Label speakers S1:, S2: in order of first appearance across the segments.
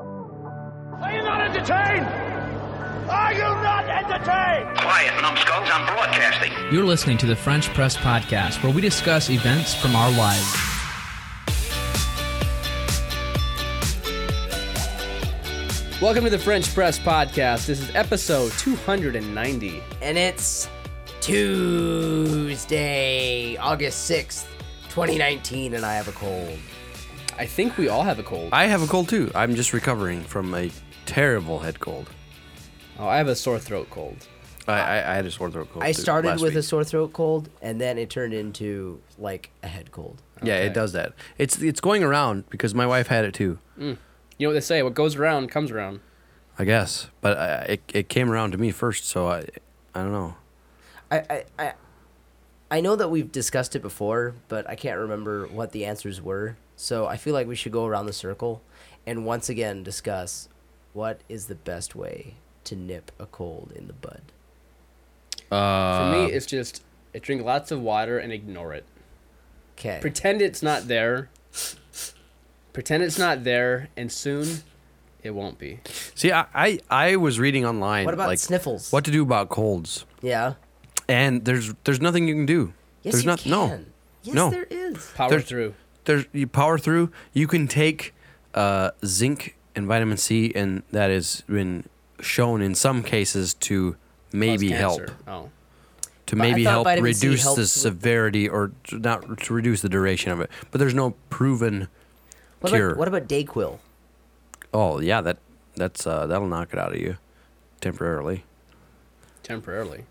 S1: Are you not entertained? Are you not entertained?
S2: Quiet, numbskulls, I'm broadcasting.
S3: You're listening to the French Press Podcast, where we discuss events from our lives. Welcome to the French Press Podcast. This is episode 290.
S4: and it's Tuesday, August 6th, 2019, and I have a cold.
S3: I think we all have a cold.
S5: I have a cold too. I'm just recovering from a terrible head cold.
S3: Oh, I have a sore throat cold.
S5: I, I, I had a sore throat cold.
S4: I
S5: too
S4: started
S5: last
S4: with a
S5: week.
S4: sore throat cold, and then it turned into like a head cold.
S5: Yeah, it does that. It's it's going around because my wife had it too.
S3: You know what they say, what goes around comes around.
S5: I guess, but I, it it came around to me first, so I I don't know.
S4: I, I, I, I know that we've discussed it before, but I can't remember what the answers were. So I feel like we should go around the circle and once again discuss what is the best way to nip a cold in the bud.
S3: For
S5: Uh.
S3: me, it's just I drink lots of water and ignore it.
S4: Okay.
S3: Pretend it's not there. Pretend it's not there, and soon it won't be.
S5: See, I I, I was reading online.
S4: What about
S5: like,
S4: sniffles?
S5: What to do about colds?
S4: Yeah.
S5: And there's there's nothing you can do.
S4: Yes,
S5: there's
S4: you
S5: not
S4: can.
S5: no
S4: Yes,
S5: No.
S4: there is.
S3: Power
S5: There's-
S3: through.
S5: there's you power through. You can take uh, zinc and vitamin C, and that has been shown in some cases to
S3: Cause
S5: maybe help
S3: cancer. Oh.
S5: to
S4: I
S5: maybe
S4: thought
S5: help
S4: vitamin C
S5: reduce
S4: helps
S5: the
S4: with the-
S5: severity or to not to reduce the duration of it. But there's no proven
S4: What
S5: cure.
S4: about, what about Dayquil?
S5: oh yeah, that that's uh, that'll knock it out of you temporarily.
S3: Temporarily.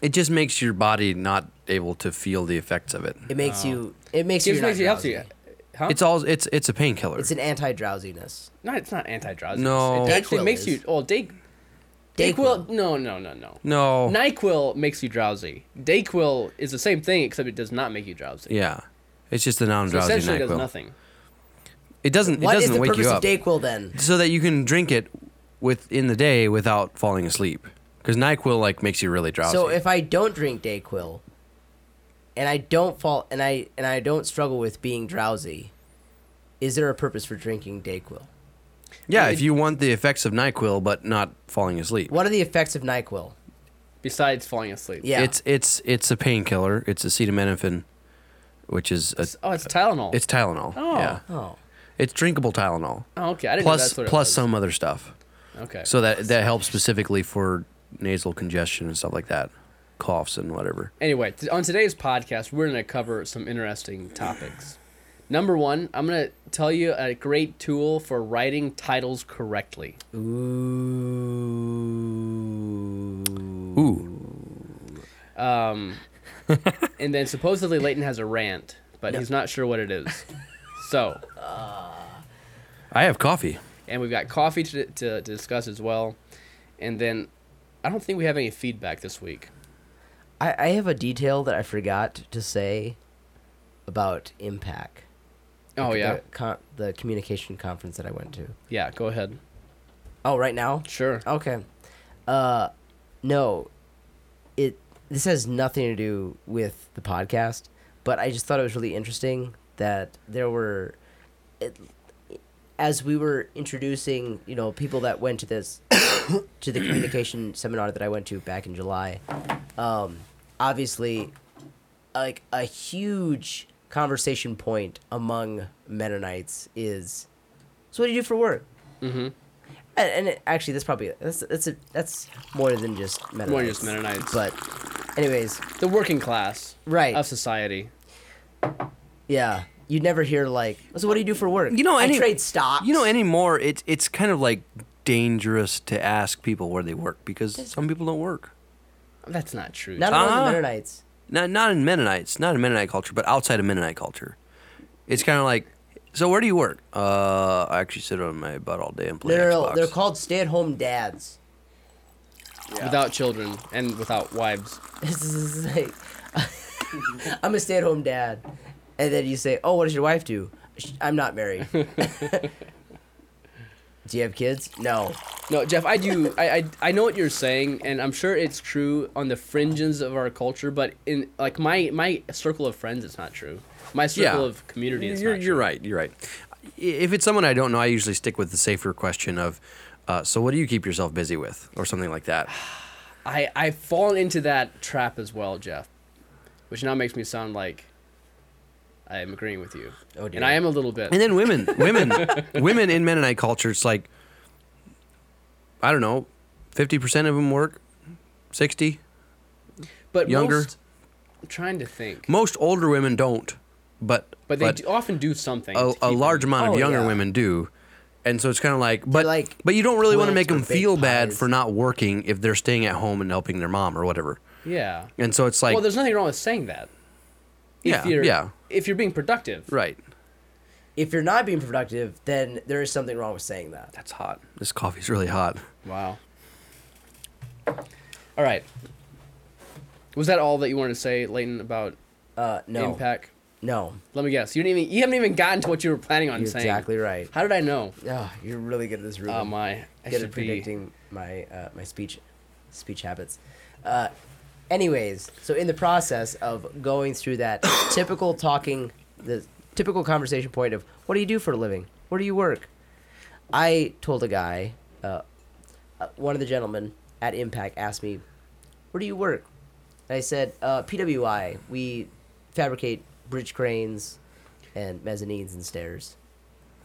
S5: It just makes your body not able to feel the effects of it.
S4: It makes you. It makes you.
S3: Gives
S4: not
S3: makes you helps you.
S4: drowsy.
S3: Huh?
S5: It's all it's it's a painkiller.
S4: It's an anti-drowsiness.
S3: No, it's not anti drowsiness.
S5: No.
S3: it actually
S4: Dayquil
S3: makes you.
S4: is.
S3: Oh, day, Dayquil. No, no, no, no.
S5: no.
S3: Nyquil makes you drowsy. Dayquil is the same thing, except it does not make you drowsy.
S5: yeah. It's just the
S3: It
S5: non-drowsy
S3: essentially does
S5: NyQuil.
S3: nothing.
S5: It doesn't.
S4: What
S5: it
S4: is
S5: doesn't
S4: the
S5: wake
S4: purpose
S5: you
S4: of
S5: up.
S4: Dayquil then?
S5: so that you can drink it within the day without falling asleep. Because Nyquil like makes you really drowsy.
S4: So if I don't drink Dayquil, and I don't fall, and I and I don't struggle with being drowsy, is there a purpose for drinking Dayquil?
S5: yeah, if you want the effects of Nyquil but not falling asleep,
S4: What are the effects of Nyquil?
S3: Besides falling asleep.
S4: Yeah.
S5: it's it's it's a painkiller. It's acetaminophen, which is a,
S3: Oh, it's Tylenol.
S5: it's Tylenol.
S3: Oh.
S5: Yeah,
S4: oh,
S5: it's drinkable Tylenol.
S3: Oh, okay. I didn't know
S5: Plus
S3: that's what it
S5: plus
S3: was.
S5: some other stuff.
S3: Okay.
S5: So that that helps specifically for nasal congestion and stuff like that, coughs and whatever.
S3: Anyway, t- on today's podcast, we're going to cover some interesting topics. Number one, I'm going to tell you a great tool for writing titles correctly.
S5: Ooh,
S3: Um, And then supposedly Leighton has a rant, but he's not sure what it is. So,
S5: I have coffee.
S3: and we've got coffee to, to, to discuss as well. And then I don't think we have any feedback this week.
S4: I, I have a detail that I forgot to say about Impact.
S3: Oh, yeah.
S4: The, con- the communication conference that I went to.
S3: Yeah, go ahead.
S4: Oh, right now?
S3: Sure.
S4: Okay. Uh, no, it this has nothing to do with the podcast, but I just thought it was really interesting that there were, it, as we were introducing, you know, people that went to this to the communication seminar that I went to back in July. Um, obviously, like a huge conversation point among Mennonites is, so what do you do for work?
S3: Mm-hmm.
S4: And, and it, actually, that's probably that's that's a, that's more than just Mennonites.
S3: More than just Mennonites.
S4: But, anyways,
S3: The working class
S4: Right.
S3: of society.
S4: yeah, you'd never hear like, so what do you do for work?
S5: You know, any,
S4: I trade stocks.
S5: You know, anymore, it's it's kind of like dangerous to ask people where they work because some people don't work.
S3: That's not true.
S4: not among the
S3: Ah.
S5: Uh-huh.
S4: Mennonites.
S5: Not not in Mennonites, not in Mennonite culture, but outside of Mennonite culture, it's kind of like. So where do you work? Uh, I actually sit on my butt all day and play
S4: They're
S5: Xbox.
S4: they're called stay-at-home dads.
S3: Without children and without wives.
S4: This is like, I'm a stay-at-home dad, and then you say, oh, what does your wife do? "Sh- I'm not married. do you have kids? No.
S3: No, Jeff, I do. I, I I know what you're saying, and I'm sure it's true on the fringes of our culture, but in like my my circle of friends, it's not true. My circle
S5: Yeah.
S3: of community is
S5: You're,
S3: not
S5: you're
S3: sure.
S5: right. You're right. I- If it's someone I don't know, I usually stick with the safer question of, uh, so what do you keep yourself busy with, or something like that.
S3: I I've fallen into that trap as well, Jeff, which now makes me sound like I am agreeing with you.
S4: Oh, dear.
S3: And I am a little bit.
S5: And then women, women, women in Mennonite culture, it's like, I don't know, fifty percent of them work, sixty.
S3: but
S5: younger.
S3: most- I'm trying to think,
S5: Most older women don't, but
S3: but they do often do something.
S5: a,
S3: to
S5: a
S3: keep
S5: large
S3: them-
S5: amount of
S4: Oh,
S5: younger
S4: yeah.
S5: women do. And so it's kind of like, but
S4: like
S5: but you don't really want to
S4: quilts
S5: make
S4: or
S5: them
S4: baked
S5: feel bad
S4: pies.
S5: for not working if they're staying at home and helping their mom or whatever.
S3: Yeah.
S5: And so it's like,
S3: well, there's nothing wrong with saying that.
S5: yeah,
S3: if you're,
S5: yeah,
S3: If you're being productive.
S5: right.
S4: If you're not being productive, then there is something wrong with saying that.
S5: That's hot. This coffee's really hot.
S3: Wow. All right. Was that all that you wanted to say, Leighton, about
S4: Uh, no,
S3: impact?
S4: no,
S3: Let me guess. You didn't even. You haven't even gotten to what you were planning on
S4: you're
S3: saying.
S4: exactly right.
S3: How did I know?
S4: Oh, you're really good at this, Ruben.
S3: Oh my! I
S4: good
S3: should
S4: at
S3: be.
S4: predicting my uh, my speech speech habits. Uh, anyways, so in the process of going through that typical talking, the typical conversation point of what do you do for a living? Where do you work? I told a guy, uh, uh, one of the gentlemen at Impact asked me, "Where do you work?" And I said, uh, "PWI. We fabricate bridge cranes and mezzanines and stairs."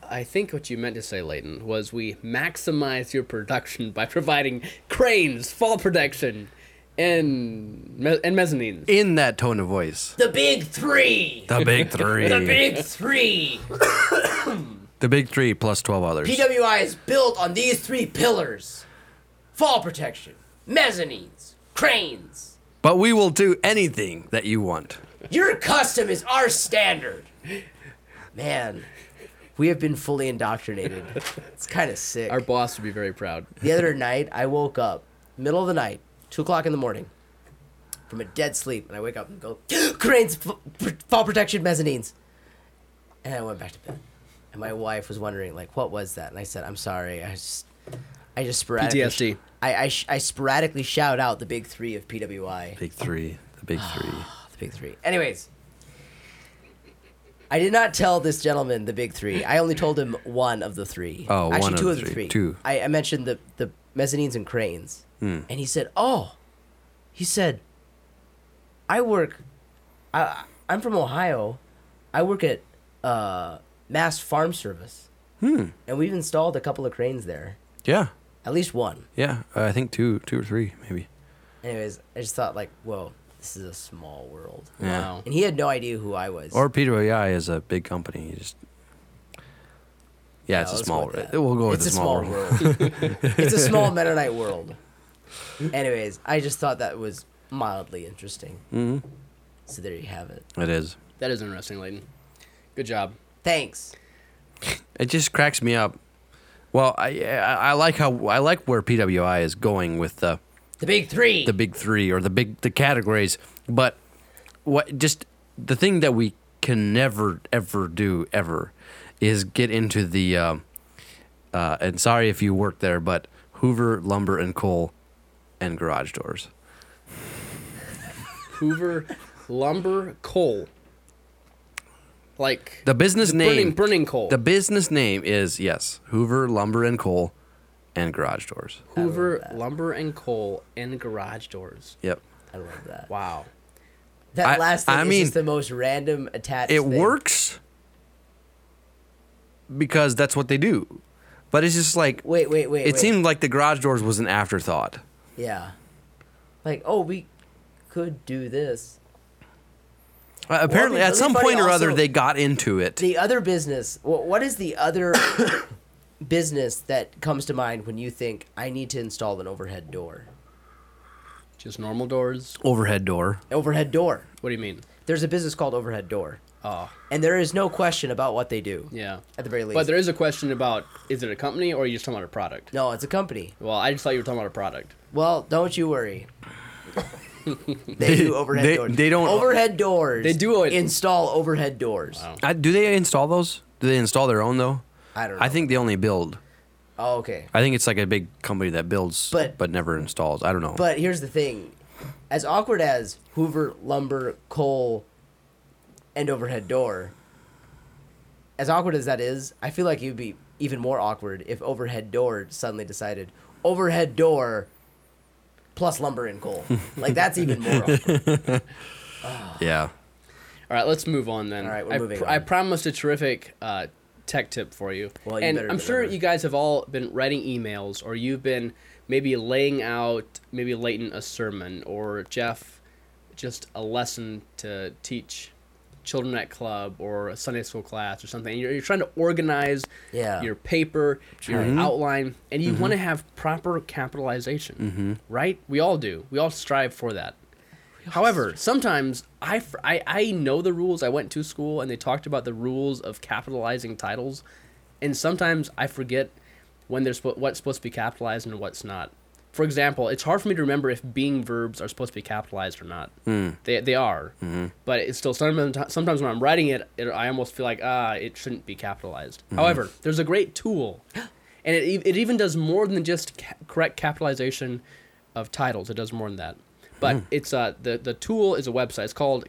S3: I think what you meant to say, Leighton, was we maximize your production by providing cranes, fall protection, and me- and mezzanines.
S5: In that tone of voice,
S4: The big three.
S5: the big three, the, big-
S4: three.
S5: three plus twelve others.
S4: PWI is built on these three pillars fall protection, mezzanines, cranes.
S5: but we will do anything that you want.
S4: Your custom is our standard. Man, we have been fully indoctrinated. It's kind of sick.
S3: Our boss would be very proud.
S4: the other night, I woke up, middle of the night, 2 o'clock in the morning, from a dead sleep, and I wake up and go, cranes, f- pr- fall protection, mezzanines. And I went back to bed. And my wife was wondering, like, what was that? And I said, I'm sorry. I just, I just sporadically.
S3: PTSD.
S4: I, I, sh- I sporadically shout out the big three of PWI.
S5: Big three, the big three.
S4: The big three. Anyways, I did not tell this gentleman the big three. I only told him one of the three.
S5: Oh,
S4: actually
S5: one of
S4: two
S5: the
S4: of the
S5: three.
S4: three.
S5: Two. Hmm.
S4: I, I mentioned the the mezzanines and cranes, and he said, "Oh," he said, "I work. I I'm from Ohio. I work at uh, Mass Farm Service,
S5: Hmm.
S4: and we've installed a couple of cranes there,
S5: Yeah,
S4: at least one."
S5: yeah. Uh, I think two, two or three, maybe.
S4: Anyways, I just thought like, "Whoa, this is a small world."
S5: Yeah.
S3: Wow.
S4: And he had no idea who I was.
S5: Or PWI is a big company. You just yeah, it's a
S4: let's go
S5: small.
S4: with that.
S5: We'll go with
S4: it's
S5: the
S4: a small,
S5: world.
S4: world. it's a small Mennonite world. Anyways, I just thought that was mildly interesting. Mm-hmm. So there you have it.
S5: It is.
S3: That is interesting, Leighton. Good job.
S4: Thanks.
S5: It just cracks me up. Well, I I I like how I like where PWI is going with the
S4: The big three.
S5: the big three or the big the categories, but what just the thing that we can never ever do ever is get into the. Um, uh, and sorry if you work there, but Hoover, lumber and coal, and garage doors.
S3: Hoover, lumber, coal. Like
S5: The business name
S3: burning, burning coal.
S5: The business name is yes, Hoover Lumber and Coal, and Garage Doors.
S3: Hoover, lumber, and coal, and garage doors.
S5: Yep.
S4: I love that.
S3: Wow.
S4: That
S5: I-
S4: last thing
S5: I
S4: is
S5: mean-
S4: just the most random attached.
S5: It
S4: thing.
S5: works because that's what they do, but it's just like
S4: Wait, wait, wait.
S5: it
S4: wait.
S5: seemed like the Garage Doors was an afterthought. Uh,
S4: Yeah. Like, oh, we could do this.
S5: Uh, apparently, at
S4: really
S5: some
S4: funny
S5: point or other,
S4: also-
S5: they got into it.
S4: The other business. wh- What is the other business that comes to mind when you think I need to install an overhead door?
S3: Just normal doors.
S5: Overhead door.
S4: Overhead door.
S3: What do you mean?
S4: There's a business called Overhead Door,
S3: Oh,
S4: and there is no question about what they do.
S3: yeah.
S4: At the very least.
S3: But there is a question about is it a company or are you just talking about a product?
S4: No, it's a company.
S3: Well, I just thought you were talking about a product.
S4: Well, don't you worry. they do overhead
S5: they-
S4: doors.
S5: they don't-
S4: overhead doors.
S3: They do it-
S4: Install overhead doors.
S5: I, do they install those? Do they install their own though?
S4: I don't
S5: I
S4: know.
S5: think they only build.
S4: Oh, okay.
S5: I think it's like a big company that builds but,
S4: But-
S5: never installs. I don't know.
S4: But here's the thing: as awkward as Hoover, Lumber, Coal, and overhead door. As awkward as that is, I feel like it would be even more awkward if overhead door suddenly decided overhead door plus lumber and coal. like that's even more. awkward.
S5: Yeah.
S3: All right, let's move on then.
S4: All right, we're
S3: I,
S4: moving
S3: pr- I
S4: on.
S3: promised a terrific uh, tech tip for you.
S4: Well, you
S3: and
S4: better
S3: I'm sure
S4: deliver.
S3: you guys have all been writing emails or you've been maybe laying out maybe Leighton a sermon or Jeff just a lesson to teach children at club or a Sunday school class or something. You're, you're trying to organize
S4: Yeah. Mm-hmm.
S3: your paper, your outline, and you want to have proper capitalization, right? We all do. We all strive for that. However, sometimes I, fr- I, I know the rules. I went to school and they talked about the rules of capitalizing titles, and sometimes I forget when there's what's supposed to be capitalized and what's not. For example, it's hard for me to remember if being verbs are supposed to be capitalized or not. They, they are, but it's still sometimes, sometimes when I'm writing it, it, I almost feel like ah, it shouldn't be capitalized. However, there's a great tool, and it, e- it even does more than just ca- correct capitalization of titles. It does more than that. But
S5: Hmm.
S3: it's uh, the the tool is a website. It's called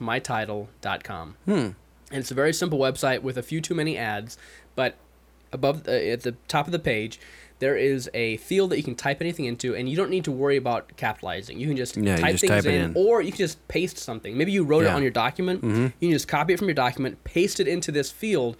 S3: capitalizemytitle.com. Hmm. And it's a very simple website with a few too many ads, but above uh, at the top of the page there is a field that you can type anything into and you don't need to worry about capitalizing. You can just
S5: Yeah, you
S3: type
S5: just
S3: things
S5: type it in.
S3: or you can just paste something. Maybe you wrote it
S5: Yeah. Mm-hmm.
S3: on your document. You can just copy it from your document, paste it into this field,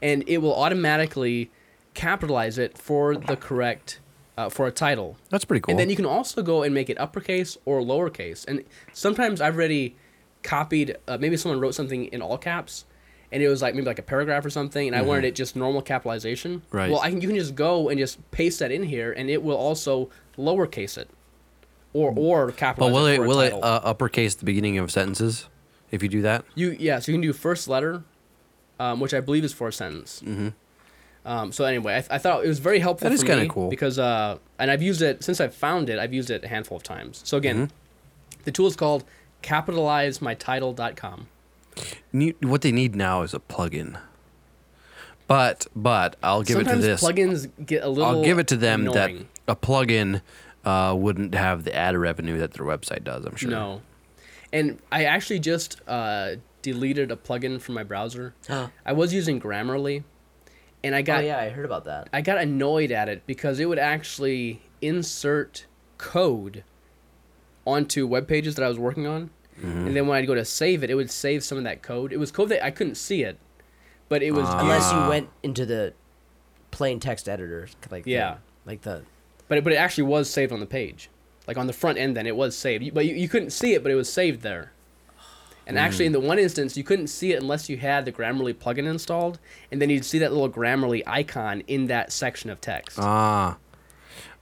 S3: and it will automatically capitalize it for the correct uh, for a title.
S5: That's pretty cool.
S3: And then you can also go and make it uppercase or lowercase. And sometimes I've already copied. Uh, maybe someone wrote something in all caps, and it was like maybe like a paragraph or something, and I wanted it just normal capitalization.
S5: Mm-hmm. Right.
S3: Well, I can, you can just go and just paste that in here, and it will also lowercase it, or or capitalize.
S5: But will
S3: it,
S5: it
S3: for a
S5: will it
S3: title.
S5: uh, uppercase the beginning of sentences if you do that?
S3: You yeah, so you can do first letter, um, which I believe is for a sentence. Mm-hmm. Um, so anyway, I, th- I thought it was very helpful.
S5: That is
S3: for
S5: kinda
S3: me
S5: cool.
S3: because uh, and I've used it since I've found it. I've used it a handful of times. So again,
S5: Mm-hmm.
S3: the tool is called capitalizemytitle.com.
S5: Ne- What they need now is a plugin. But but I'll give
S3: Sometimes
S5: it to this.
S3: plugins get a little.
S5: I'll give it to them
S3: annoying.
S5: that a plugin uh, wouldn't have the ad revenue that their website does. I'm sure.
S3: No. And I actually just uh, deleted a plugin from my browser. I was using Grammarly, and I
S4: Oh
S3: got
S4: yeah, I heard about that.
S3: I got annoyed at it because it would actually insert code onto web pages that I was working on, and then when I'd go to save it, it would save some of that code. It was code that I couldn't see it, but it was
S4: Unless
S3: Ah.
S4: you went into the plain text editor, like the-
S3: Yeah.
S4: like the
S3: but it, but it actually was saved on the page, like on the front end. Then it was saved, You- but you, you couldn't see it, but it was saved there. And actually, in the one instance, you couldn't see it unless you had the Grammarly plugin installed, and then you'd see that little Grammarly icon in that section of text.
S5: Ah.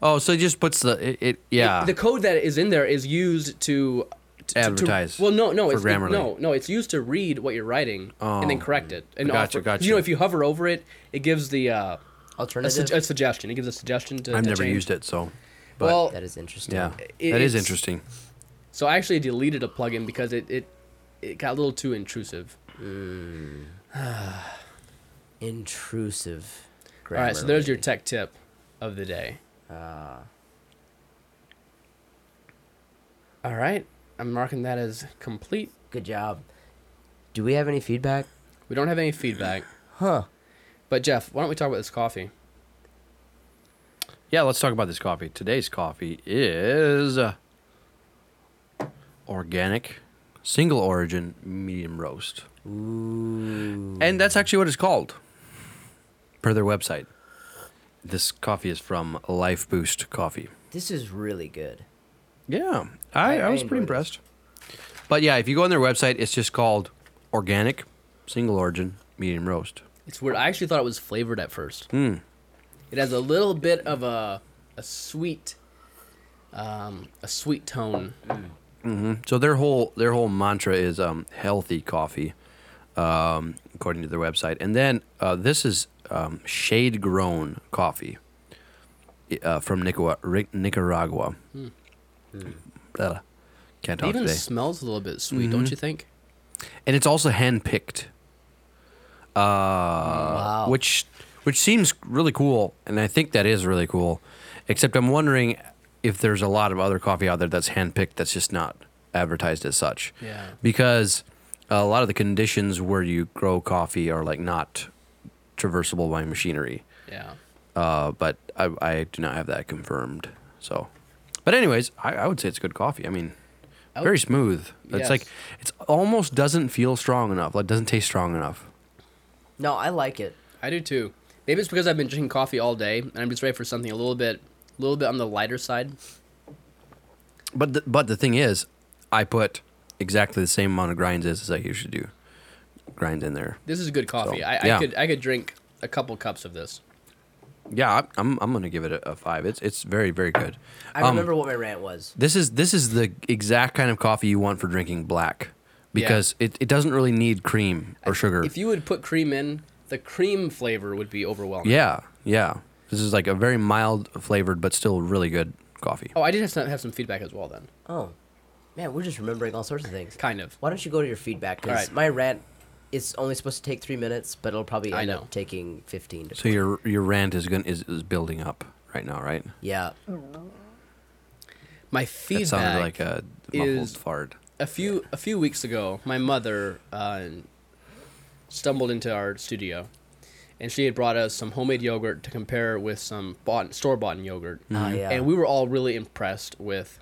S5: Oh, so it just puts the it, it yeah.
S3: the code that is in there is used to to- to-
S5: Advertise
S3: well, no, no,
S5: for
S3: it's it-
S5: Grammarly.
S3: no,
S5: Oh.
S3: no. It's used to read what you're writing and then correct it. And
S5: Gotcha,
S3: offer-
S5: gotcha.
S3: You know, if you hover over it, it gives the uh, a,
S4: alternative.
S3: su- a suggestion. It gives a suggestion to.
S5: I've
S3: to
S5: never
S3: change.
S5: used it, so. But
S3: Well,
S4: that is interesting.
S5: yeah,
S3: it-
S5: that is
S3: it's-
S5: interesting.
S3: so I actually deleted a plugin because it it, it got a little too intrusive.
S4: Intrusive.
S3: All right, so
S4: Grammarly.
S3: there's your tech tip of the day.
S4: Ah.
S3: All right, I'm marking that as complete.
S4: Good job. Do we have any feedback?
S3: We don't have any feedback,
S4: Huh.
S3: but Jeff, why don't we talk about this coffee?
S5: Yeah, let's talk about this coffee. Today's coffee is uh, organic, single origin, medium roast. Ooh. And that's actually what it's called per their website. This coffee is from Life Boost Coffee.
S4: This is really good.
S5: Yeah, I,
S4: I-
S5: I,
S4: I
S5: was
S4: enjoyed
S5: pretty impressed. But yeah, if you go on their website, it's just called organic, single origin, medium roast.
S3: It's weird. I actually thought it was flavored at first.
S5: Hmm.
S3: It has a little bit of a a sweet, um, a sweet tone.
S5: So their whole their whole mantra is um, healthy coffee, um, according to their website. And then uh, this is um, shade grown coffee i- uh, from Nicaragua. Ri- Nicaragua. Blah. can't
S3: It
S5: talk
S3: even
S5: today.
S3: smells a little bit sweet,
S5: Mm-hmm.
S3: don't you think?
S5: and it's also hand picked, uh, which which seems really cool, and I think that is really cool. Except I'm wondering if there's a lot of other coffee out there that's hand picked that's just not advertised as such.
S3: Yeah.
S5: Because a lot of the conditions where you grow coffee are like not traversable by machinery.
S3: Yeah.
S5: Uh, but I, I do not have that confirmed. So, but anyways, I, I would say it's good coffee. I mean, very smooth. It's
S3: Oh, Yes.
S5: like it's almost doesn't feel strong enough. Like doesn't taste strong enough.
S4: No, I like it.
S3: I do too. Maybe it's because I've been drinking coffee all day and I'm just ready for something a little bit, a little bit on the lighter side.
S5: But the, but the thing is, I put exactly the same amount of grinds as, as I usually do. Grind in there.
S3: This is good coffee. I, I
S5: yeah.
S3: could I could drink a couple cups of this.
S5: Yeah, I- I'm I'm gonna give it a, a five. It's it's very very good.
S4: I
S3: Um,
S4: remember what my rant was.
S5: This is this is the exact kind of coffee you want for drinking black because it, it doesn't really need cream or sugar.
S3: If you would put cream in, the cream flavor would be overwhelming.
S5: yeah, yeah. This is like a very mild flavored but still really good coffee.
S3: Oh, I did have some, have some feedback as well then.
S4: Oh, man, we're just remembering all sorts of things.
S3: Kind of.
S4: Why don't you go to your feedback? Because
S3: Alright.
S4: my rant is only supposed to take three minutes, but it'll probably
S3: I
S4: end
S3: know.
S4: up taking fifteen. To
S5: So your your rant is going is, is building up right now, right?
S4: yeah,
S3: My
S5: That
S3: feedback
S5: sounded like a muffled
S3: is-
S5: fart.
S3: a few a few weeks ago, my mother uh, stumbled into our studio, and she had brought us some homemade yogurt to compare with some bought, store bought yogurt.
S4: Ah, yeah.
S3: And we were all really impressed with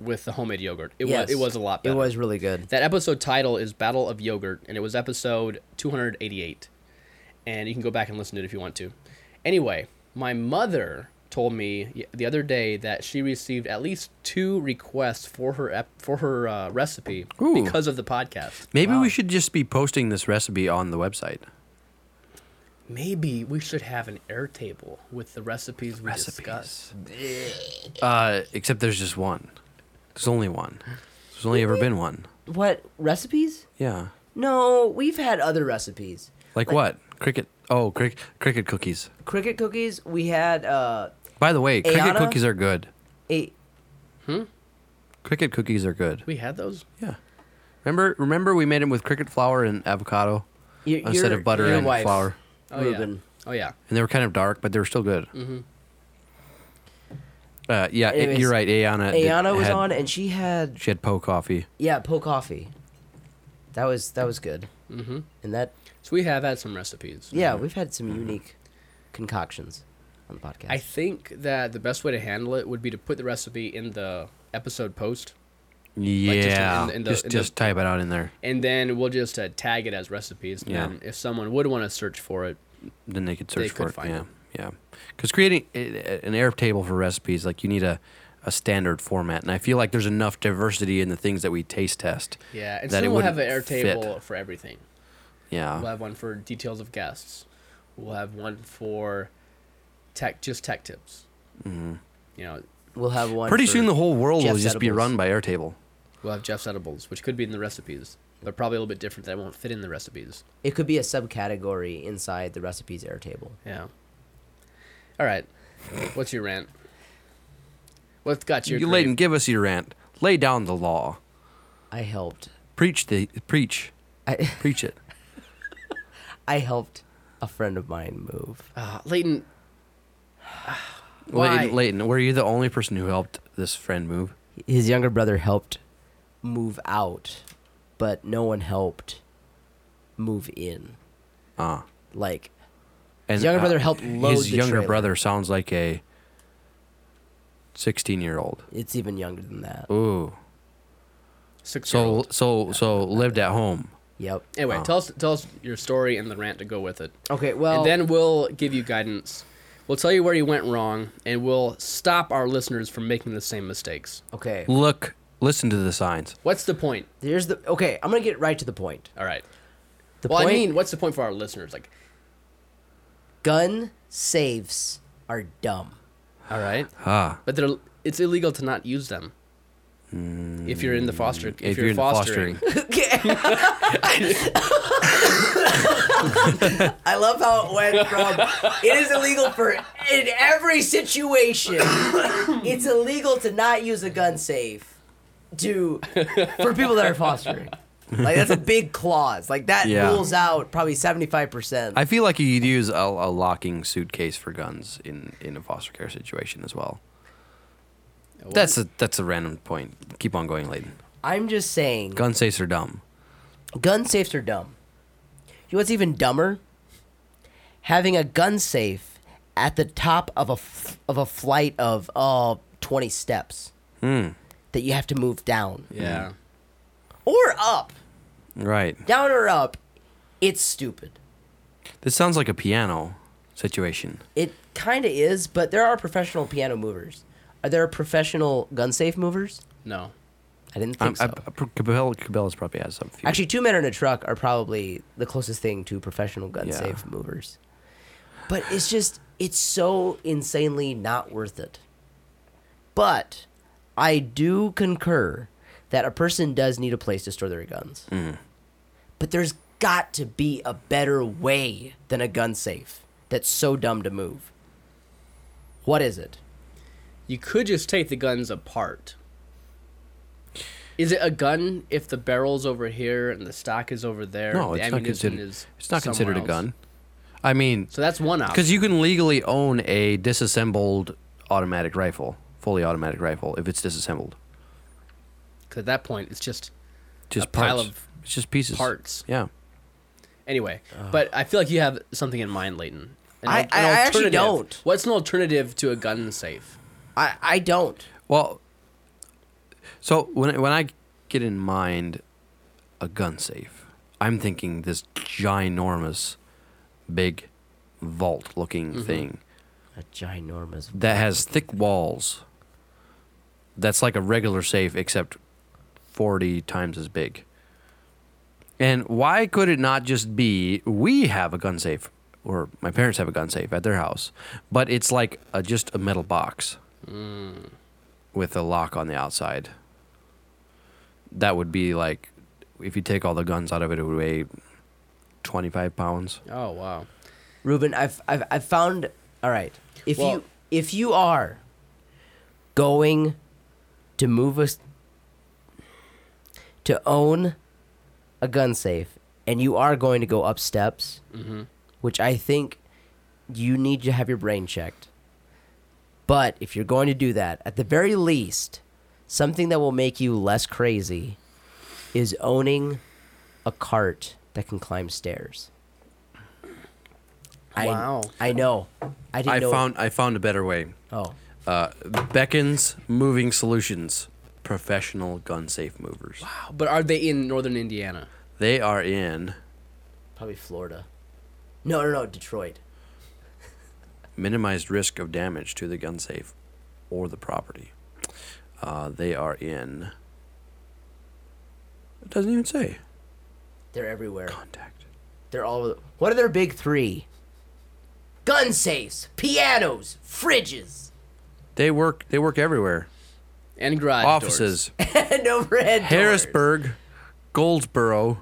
S3: with the homemade yogurt. It was it was a lot better.
S4: It was really good.
S3: That episode title is Battle of Yogurt, and it was episode 288. And you can go back and listen to it if you want to. Anyway, my mother told me y- the other day that she received at least two requests for her ep- for her uh, recipe
S5: Ooh.
S3: because of the podcast.
S5: Maybe we should just be posting this recipe on the website.
S3: Maybe we should have an air table with the recipes we discuss.
S5: Uh, except there's just one. There's only one. There's only ever been one.
S4: What recipes?
S5: Yeah.
S4: No, we've had other recipes.
S5: Like, what? Cricket. Oh, cric- cricket cookies.
S4: Cricket cookies. We had uh,
S5: By the way, cricket
S4: Ayana?
S5: cookies are good.
S4: a
S5: Cricket cookies are good.
S3: We had those.
S5: Yeah. Remember, remember, we made them with cricket flour and avocado
S4: your,
S5: instead
S4: your-
S5: of butter
S4: your
S5: and
S4: wife,
S5: flour,
S3: Oh
S4: Reuben.
S3: yeah. Oh yeah.
S5: and they were kind of dark, but they were still good. Mm-hmm. Uh, yeah, it-
S4: Anyways,
S5: you're right.
S3: Oh,
S5: Ayana. did-
S4: Ayana was
S5: had-
S4: on, and she had
S5: She had po coffee.
S4: yeah, po coffee. That was that was good. Mm-hmm. And that
S3: So we have had some recipes.
S4: yeah, we've had some unique concoctions on the podcast.
S3: I think that the best way to handle it would be to put the recipe in the episode post, just in-
S5: Yeah,
S3: in the-
S5: just
S3: in the-
S5: just type it out in there.
S3: and then we'll just uh, tag it as recipes. And
S5: Yeah.
S3: then if someone would want to search for it,
S5: Then they could search
S3: They
S5: for
S3: could
S5: it.
S3: find
S5: yeah,
S3: it.
S5: yeah. Because creating a- a- an Airtable for recipes, like you need a a standard format, and I feel like there's enough diversity in the things that we taste test.
S3: yeah, and
S5: that it
S3: soon we'll have an
S5: wouldn't
S3: air
S5: fit.
S3: table for everything.
S5: Yeah,
S3: We'll have one for details of guests. We'll have one for tech, just tech tips. Mm-hmm. You know,
S4: we'll have one
S5: pretty
S4: for-
S5: soon the whole world will
S4: Jeff's
S5: just be
S4: Edibles.
S5: run by Airtable.
S3: we'll have Jeff's edibles, which could be in the recipes, but probably a little bit different. That won't fit in the recipes.
S4: It could be a subcategory inside the recipes Airtable.
S3: Yeah. All right. What's your rant? What's got you?
S5: You Layden, give us your rant. Lay down the law.
S4: I helped.
S5: Preach the preach.
S4: I
S5: Preach it.
S4: I helped a friend of mine move.
S3: Uh, Leighton, Why?
S5: Layton, Layton, were you the only person who helped this friend move?
S4: His younger brother helped move out, but no one helped move in.
S5: Ah.
S4: Like
S5: And uh,
S4: His younger brother helped load
S5: His
S4: the
S5: younger
S4: trailer.
S5: brother sounds like a sixteen-year-old.
S4: it's even younger than that.
S5: Ooh.
S3: six. year
S5: So Oh.
S3: old.
S5: so so lived at home.
S4: Yep.
S3: Anyway, tell us tell us your story and the rant to go with it.
S4: Okay, well
S3: and then we'll give you guidance. We'll tell you where you went wrong, and we'll stop our listeners from making the same mistakes.
S4: okay.
S5: Look, listen to the signs.
S3: What's the point?
S4: There's the okay, I'm gonna get right to the point.
S3: All right.
S4: The
S3: Well,
S4: point
S3: I mean, what's the point for our listeners? Like,
S4: gun safes are dumb.
S3: all right,
S5: Ah,
S3: but they're it's illegal to not use them. If you're in the foster, if, you're,
S5: Mm. in
S3: fostering,
S4: I love how it went from it is illegal for in every situation. It's illegal to not use a gun safe to for people that are fostering. Like that's a big clause. Like that
S5: Yeah.
S4: rules out probably seventy five percent.
S5: I feel like you'd use a, a locking suitcase for guns in, in a foster care situation as well. That's a that's a random point. Keep on going, Layden.
S4: I'm just saying
S5: Gun safes are dumb.
S4: Gun safes are dumb. You know what's even dumber? Having a gun safe at the top of a f- of a flight of uh, 20 steps
S5: Hmm.
S4: that you have to move down
S3: Yeah.
S4: or up,
S5: Right.
S4: down or up. It's stupid.
S5: This sounds like a piano situation.
S4: It kind of is, but there are professional piano movers. Are there professional gun safe movers?
S3: No.
S4: I didn't
S5: I'm,
S4: think
S5: I,
S4: so.
S5: I- Cabela, Cabela's probably has some. Few.
S4: Actually, two men in a truck are probably the closest thing to professional gun safe
S5: Yeah.
S4: movers. But it's just, it's so insanely not worth it. But I do concur that a person does need a place to store their guns. But there's got to be a better way than a gun safe that's so dumb to move. What is it?
S3: You could just take the guns apart. Is it a gun if the barrel's over here and the stock is over there?
S5: no,
S3: the
S5: it's not
S3: ammunition
S5: considered.
S3: is
S5: It's not
S3: somewhere
S5: considered a
S3: else?
S5: gun. I mean,
S3: So that's one option.
S5: because you can legally own a disassembled automatic rifle, fully automatic rifle, if it's disassembled.
S3: 'Cause at that point, it's just
S5: Just
S3: A pile
S5: parts.
S3: of
S5: it's just pieces.
S3: parts.
S5: Yeah.
S3: Anyway, but I feel like you have something in mind, Leighton. An,
S4: Uh-huh. I-
S3: al- an
S4: I- I actually
S3: alternative.
S4: don't.
S3: What's an alternative to a gun safe?
S4: I, I don't.
S5: Well, so when when I get in mind a gun safe, I'm thinking this ginormous, big, vault-looking
S3: Mm-hmm.
S5: thing
S4: A ginormous.
S5: that has thick walls. That's like a regular safe, except forty times as big. And why could it not just be we have a gun safe, or my parents have a gun safe at their house, but it's like a, just a metal box
S4: Hmm.
S5: with a lock on the outside. That would be like if you take all the guns out of it, it would weigh twenty-five pounds.
S3: Oh wow.
S4: Ruben, I've I've, I've found. All right, if
S3: Well-
S4: you if you are going to move us to own a gun safe, and you are going to go up steps, which I think you need to have your brain checked. But if you're going to do that, at the very least, something that will make you less crazy is owning a cart that can climb stairs. I,
S3: Wow.
S4: I know. I didn't
S5: I
S4: know.
S5: found I found a better way.
S4: oh,
S5: Uh, Beckons Moving Solutions, professional gun safe movers.
S3: But are they in northern Indiana?
S5: They are in
S4: probably Florida. No, no, no, Detroit.
S5: minimized risk of damage to the gun safe or the property. Uh, they are in. It doesn't even say
S4: They're everywhere.
S5: contact.
S4: They're all. over the- What are their big three? Gun safes, pianos, fridges,
S5: They work. They work everywhere.
S3: And garage doors.
S5: Offices.
S4: and overhead doors.
S5: Harrisburg, Goldsboro,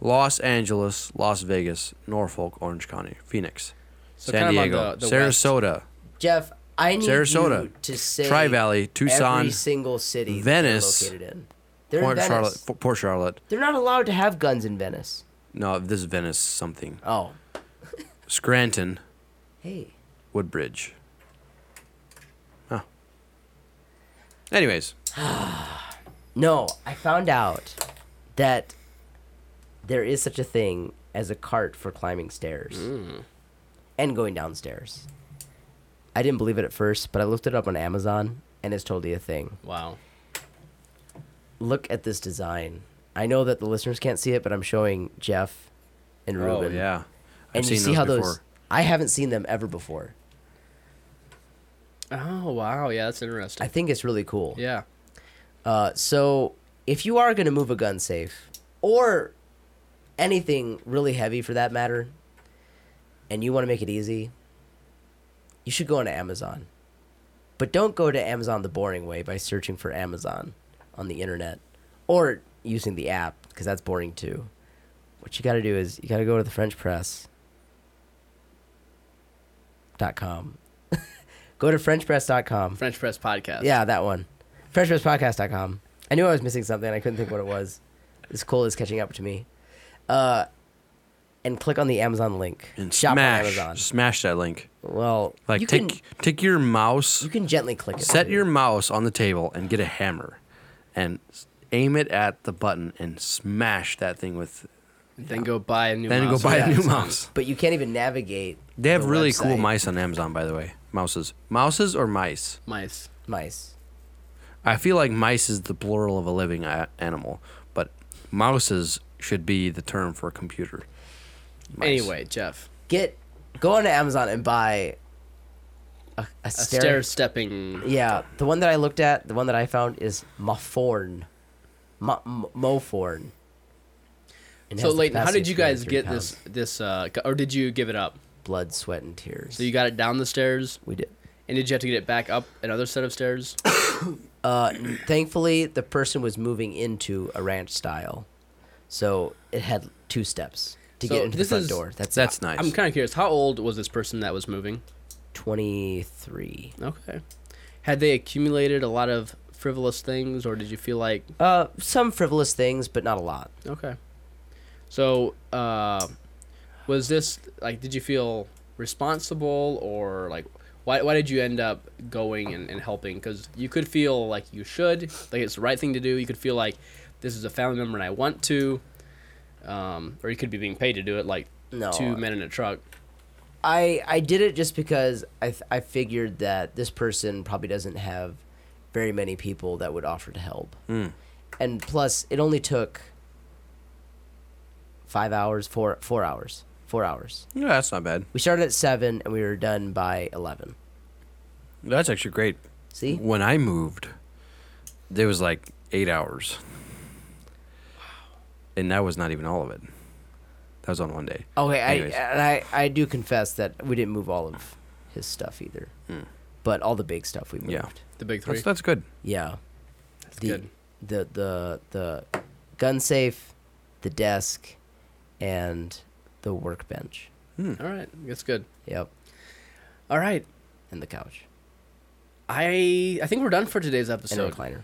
S5: Los Angeles, Las Vegas, Norfolk, Orange County, Phoenix, San
S3: kind of on
S5: Diego,
S3: the- the west.
S5: Sarasota,
S4: Jeff, I need
S5: Sarasota,
S4: you to say
S5: Tri-Valley, Tucson,
S4: every single city that
S5: Venice,
S4: they're located in. They're in
S5: Port
S4: Venice.
S5: Charlotte, Fo- Port Charlotte.
S4: They're not allowed to have guns in Venice.
S5: No, this is Venice something. Uh,
S4: Oh,
S5: Scranton,
S4: hey,
S5: Woodbridge. Huh. Anyways,
S4: no, I found out that there is such a thing as a cart for climbing stairs
S5: Hmm.
S4: and going downstairs. I didn't believe it at first, but I looked it up on Amazon, and it's totally a thing.
S3: Wow.
S4: look at this design. I know that the listeners can't see it, but I'm showing Jeff and
S5: oh
S4: Ruben.
S5: yeah,
S4: and you see how those.
S5: before.
S4: I haven't seen them ever before.
S3: Oh wow. Yeah, that's
S4: I
S3: interesting.
S4: think it's really cool.
S3: yeah.
S4: Uh, so if you are going to move a gun safe or anything really heavy for that matter, and you want to make it easy, you should go onto Amazon. But don't go to Amazon the boring way by searching for Amazon on the internet or using the app because that's boring too. What you got to do is you got to go to the French Press dot com. go to frenchpress.com
S3: French press podcast.
S4: yeah, that one. FreshPressPodcast.com. I knew I was missing something. I couldn't think what it was. This cold is catching up to me. Uh, and click on the Amazon link.
S5: And
S4: Shop
S5: smash,
S4: on Amazon.
S5: smash that link.
S4: Well,
S5: Like
S4: you
S5: take
S4: can
S5: take your mouse.
S4: you can gently click it.
S5: set
S4: too.
S5: your mouse on the table and get a hammer and s- aim it at the button and smash that thing with.
S3: Then go buy a new.
S5: Then
S3: mouse.
S5: go buy
S3: Yeah.
S5: a new mouse.
S4: But you can't even navigate.
S5: They have
S4: the
S5: really cool
S4: website.
S5: mice on Amazon, by the way. Mouses, mouses or mice?
S3: mice.
S4: Mice.
S5: I feel like mice is the plural of a living a- animal, but mouses should be the term for a computer. Mice.
S3: Anyway, Jeff,
S4: Get go onto Amazon and buy a, a
S3: a
S4: stair.
S3: stair stepping.
S4: Yeah, the one that I looked at, the one that I found is Moforn. Mo- Mo- Moforn. It
S3: So
S4: has the
S3: Leighton, how
S4: capacity
S3: did you
S4: of 300
S3: guys get this
S4: pounds.
S3: this uh, g- or did you give it up?
S4: Blood, sweat, and tears.
S3: So you got it down the stairs,
S4: we did.
S3: and did you have to get it back up another set of stairs?
S4: Thankfully, the person was moving into a ranch style, so it had two steps to
S3: So
S4: get into the
S3: this
S4: front
S3: is-
S4: door. That's
S5: That's nice.
S3: I'm kind of curious. How old was this person that was moving?
S4: twenty three.
S3: Okay. Had they accumulated a lot of frivolous things, or did you feel like
S4: Uh, some frivolous things, but not a lot.
S3: okay? So, uh, was this like? Did you feel responsible, or like, why why did you end up going and, and helping? Because you could feel like you should, like it's the right thing to do. You could feel like this is a family member and I want to, um, or you could be being paid to do it, like
S4: No.
S3: two men in a truck.
S4: I I did it just because I th- I figured that this person probably doesn't have very many people that would offer to help,
S3: Hmm.
S4: and plus it only took five hours, four four hours, four hours.
S5: yeah, that's not bad.
S4: We started at seven and we were done by eleven.
S5: That's actually great.
S4: See,
S5: When I moved, there was like eight hours, and that was not even all of it. That was on one day.
S4: Okay, I,
S5: Anyways.
S4: and I I do confess that we didn't move all of his stuff either, but all the big stuff we moved.
S5: Hmm. Yeah.
S3: The big three.
S5: That's, that's good.
S4: Yeah. the,
S3: good.
S4: The the the gun safe, the desk, and the workbench.
S3: All right, that's good.
S4: Yep.
S3: All right,
S4: And the couch.
S3: I I think we're done for today's
S4: And
S3: episode.
S4: a recliner.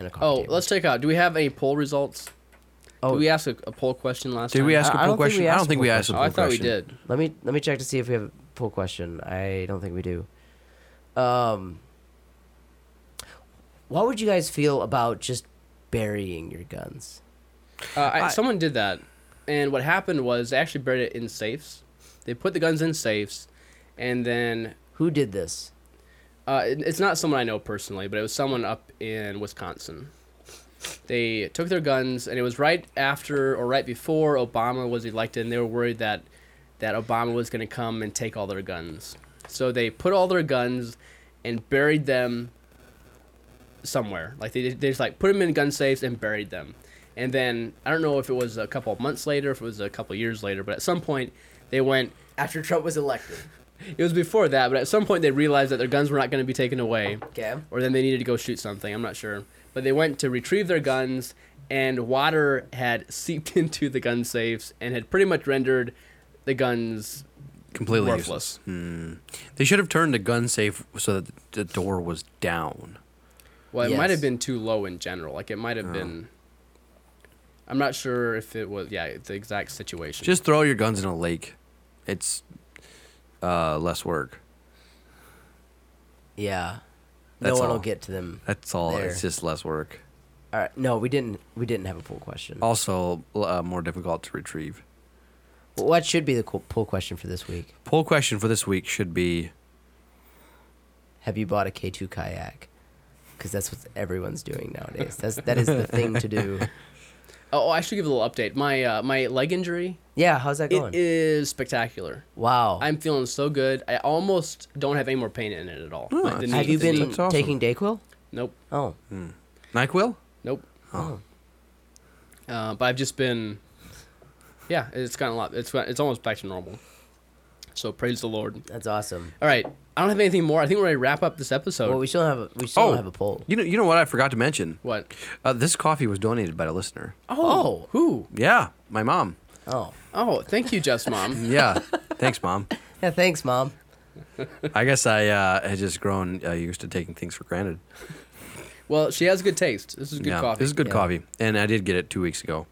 S4: And a coffee
S3: Oh,
S4: table.
S3: let's check out. Do we have any poll results?
S4: Oh.
S3: Did we ask a, a poll question last
S5: Did
S3: time?
S5: we
S4: I-
S5: ask a
S4: I
S5: poll
S4: don't think
S5: question?
S4: we
S5: I
S4: asked
S5: don't
S4: a
S5: think
S4: poll
S5: we asked a
S3: Oh,
S5: poll
S3: I thought we
S5: question.
S3: did.
S4: let me let me check to see if we have a poll question. I don't think we do. Um what would you guys feel about just burying your guns?
S3: Uh, I,
S5: I-
S3: someone did that, and what happened was they actually buried it in safes. They put the guns in safes, and then
S4: Who did this?
S3: uh, it- it's not someone I know personally, but it was someone up in Wisconsin. They took their guns, and it was right after or right before Obama was elected, and they were worried that that Obama was going to come and take all their guns. So they put all their guns and buried them somewhere. Like they, they just like put them in gun safes and buried them. And then I don't know if it was a couple of months later, if it was a couple of years later, but at some point they went
S4: After Trump was elected.
S3: it was before that, but at some point they realized that their guns were not going to be taken away.
S4: Okay.
S3: Or then they needed to go shoot something. I'm not sure. But they went to retrieve their guns, and water had seeped into the gun safes and had pretty much rendered the guns
S5: Completely useless. Hmm.
S3: worthless.
S5: They should have turned the gun safe so that the door was down.
S3: Well, it might
S4: Yes.
S3: have been too low in general. Like it might
S5: Oh.
S3: have been. I'm not sure if it was. Yeah, the exact situation.
S5: Just throw your guns in a lake. It's uh, less work.
S4: Yeah.
S5: That's
S4: no one
S5: all.
S4: will get to them.
S5: That's all.
S4: There.
S5: It's just less work.
S4: All right. No, we didn't. We didn't have a poll question.
S5: Also, uh, more difficult to retrieve.
S4: What should be the co- poll question for this week?
S5: Poll question for this week should be
S4: Have you bought a K two kayak? Because that's what everyone's doing nowadays. That's that is the thing to do.
S3: oh, I should give a little update. My uh, my leg injury.
S4: Yeah. How's that
S3: It
S4: going?
S3: is spectacular.
S4: wow.
S3: I'm feeling so good. I almost don't have any more pain in it at all. Like, the
S5: that's-
S3: knee-
S4: have you
S3: the knee-
S4: been
S5: That's awesome.
S4: taking Dayquil?
S3: Nope.
S4: Oh,
S5: Nyquil.
S3: Nope. Uh, but I've just been, yeah, it's gotten a lot. It's got- it's almost back to normal. So praise the Lord.
S4: that's awesome.
S3: All right, I don't have anything more. I think we're ready to wrap up this episode.
S4: Well, we still have a, we
S3: Oh.
S4: still don't have a poll.
S5: Oh, You know, you know what I forgot to mention.
S3: what?
S5: Uh, this coffee was donated by a listener.
S3: Oh, who?
S5: Yeah, my mom.
S4: Oh.
S3: Oh, thank you, Jeff's mom.
S5: Yeah, thanks, mom.
S4: Yeah. Thanks, mom.
S5: I guess I uh, had just grown uh, used to taking things for granted.
S3: Well, she has good taste. This is good
S5: yeah,
S3: coffee.
S5: this is good
S4: Yeah.
S5: coffee, and I did get it two weeks ago,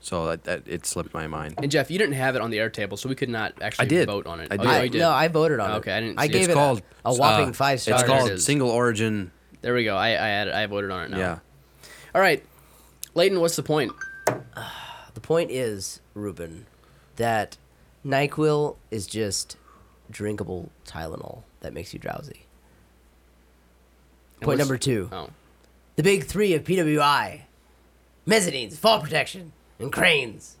S5: so that, that it slipped my mind.
S3: And Jeff, you didn't have it on the air table, so we could not actually
S5: did.
S3: vote on it.
S5: I
S3: Oh,
S5: did.
S3: yeah,
S4: I,
S3: you did.
S4: No, I voted on it.
S3: Okay, I didn't
S4: I
S3: see it.
S4: gave
S3: It's
S4: it Oh. a- a, whopping
S5: uh,
S4: five stars.
S5: It's
S3: It
S5: called
S3: is.
S5: single origin
S3: There we go. I I, added, I voted on it now.
S5: Yeah.
S3: All right, Layton. What's the point?
S4: The point is, Ruben, that NyQuil is just drinkable Tylenol that makes you drowsy.
S3: And
S4: Point
S3: what's-
S4: number two.
S3: Oh,
S4: The big three of PWI mezzanines, fall protection, and cranes.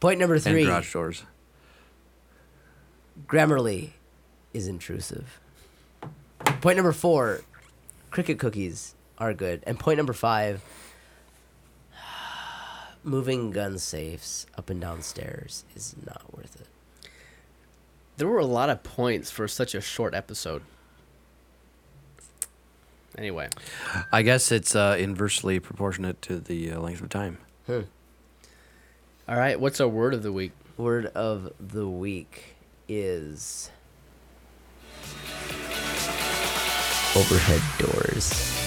S4: Point number
S5: And
S4: three
S5: garage doors.
S4: Grammarly is intrusive. Point number four Cricket cookies are good. And point number five Moving gun safes up and down stairs is not worth it.
S3: there were a lot of points for such a short episode. Anyway,
S5: I guess it's uh, inversely proportionate to the uh, length of time.
S3: all right. What's our word of the week?
S4: Word of the week is overhead doors.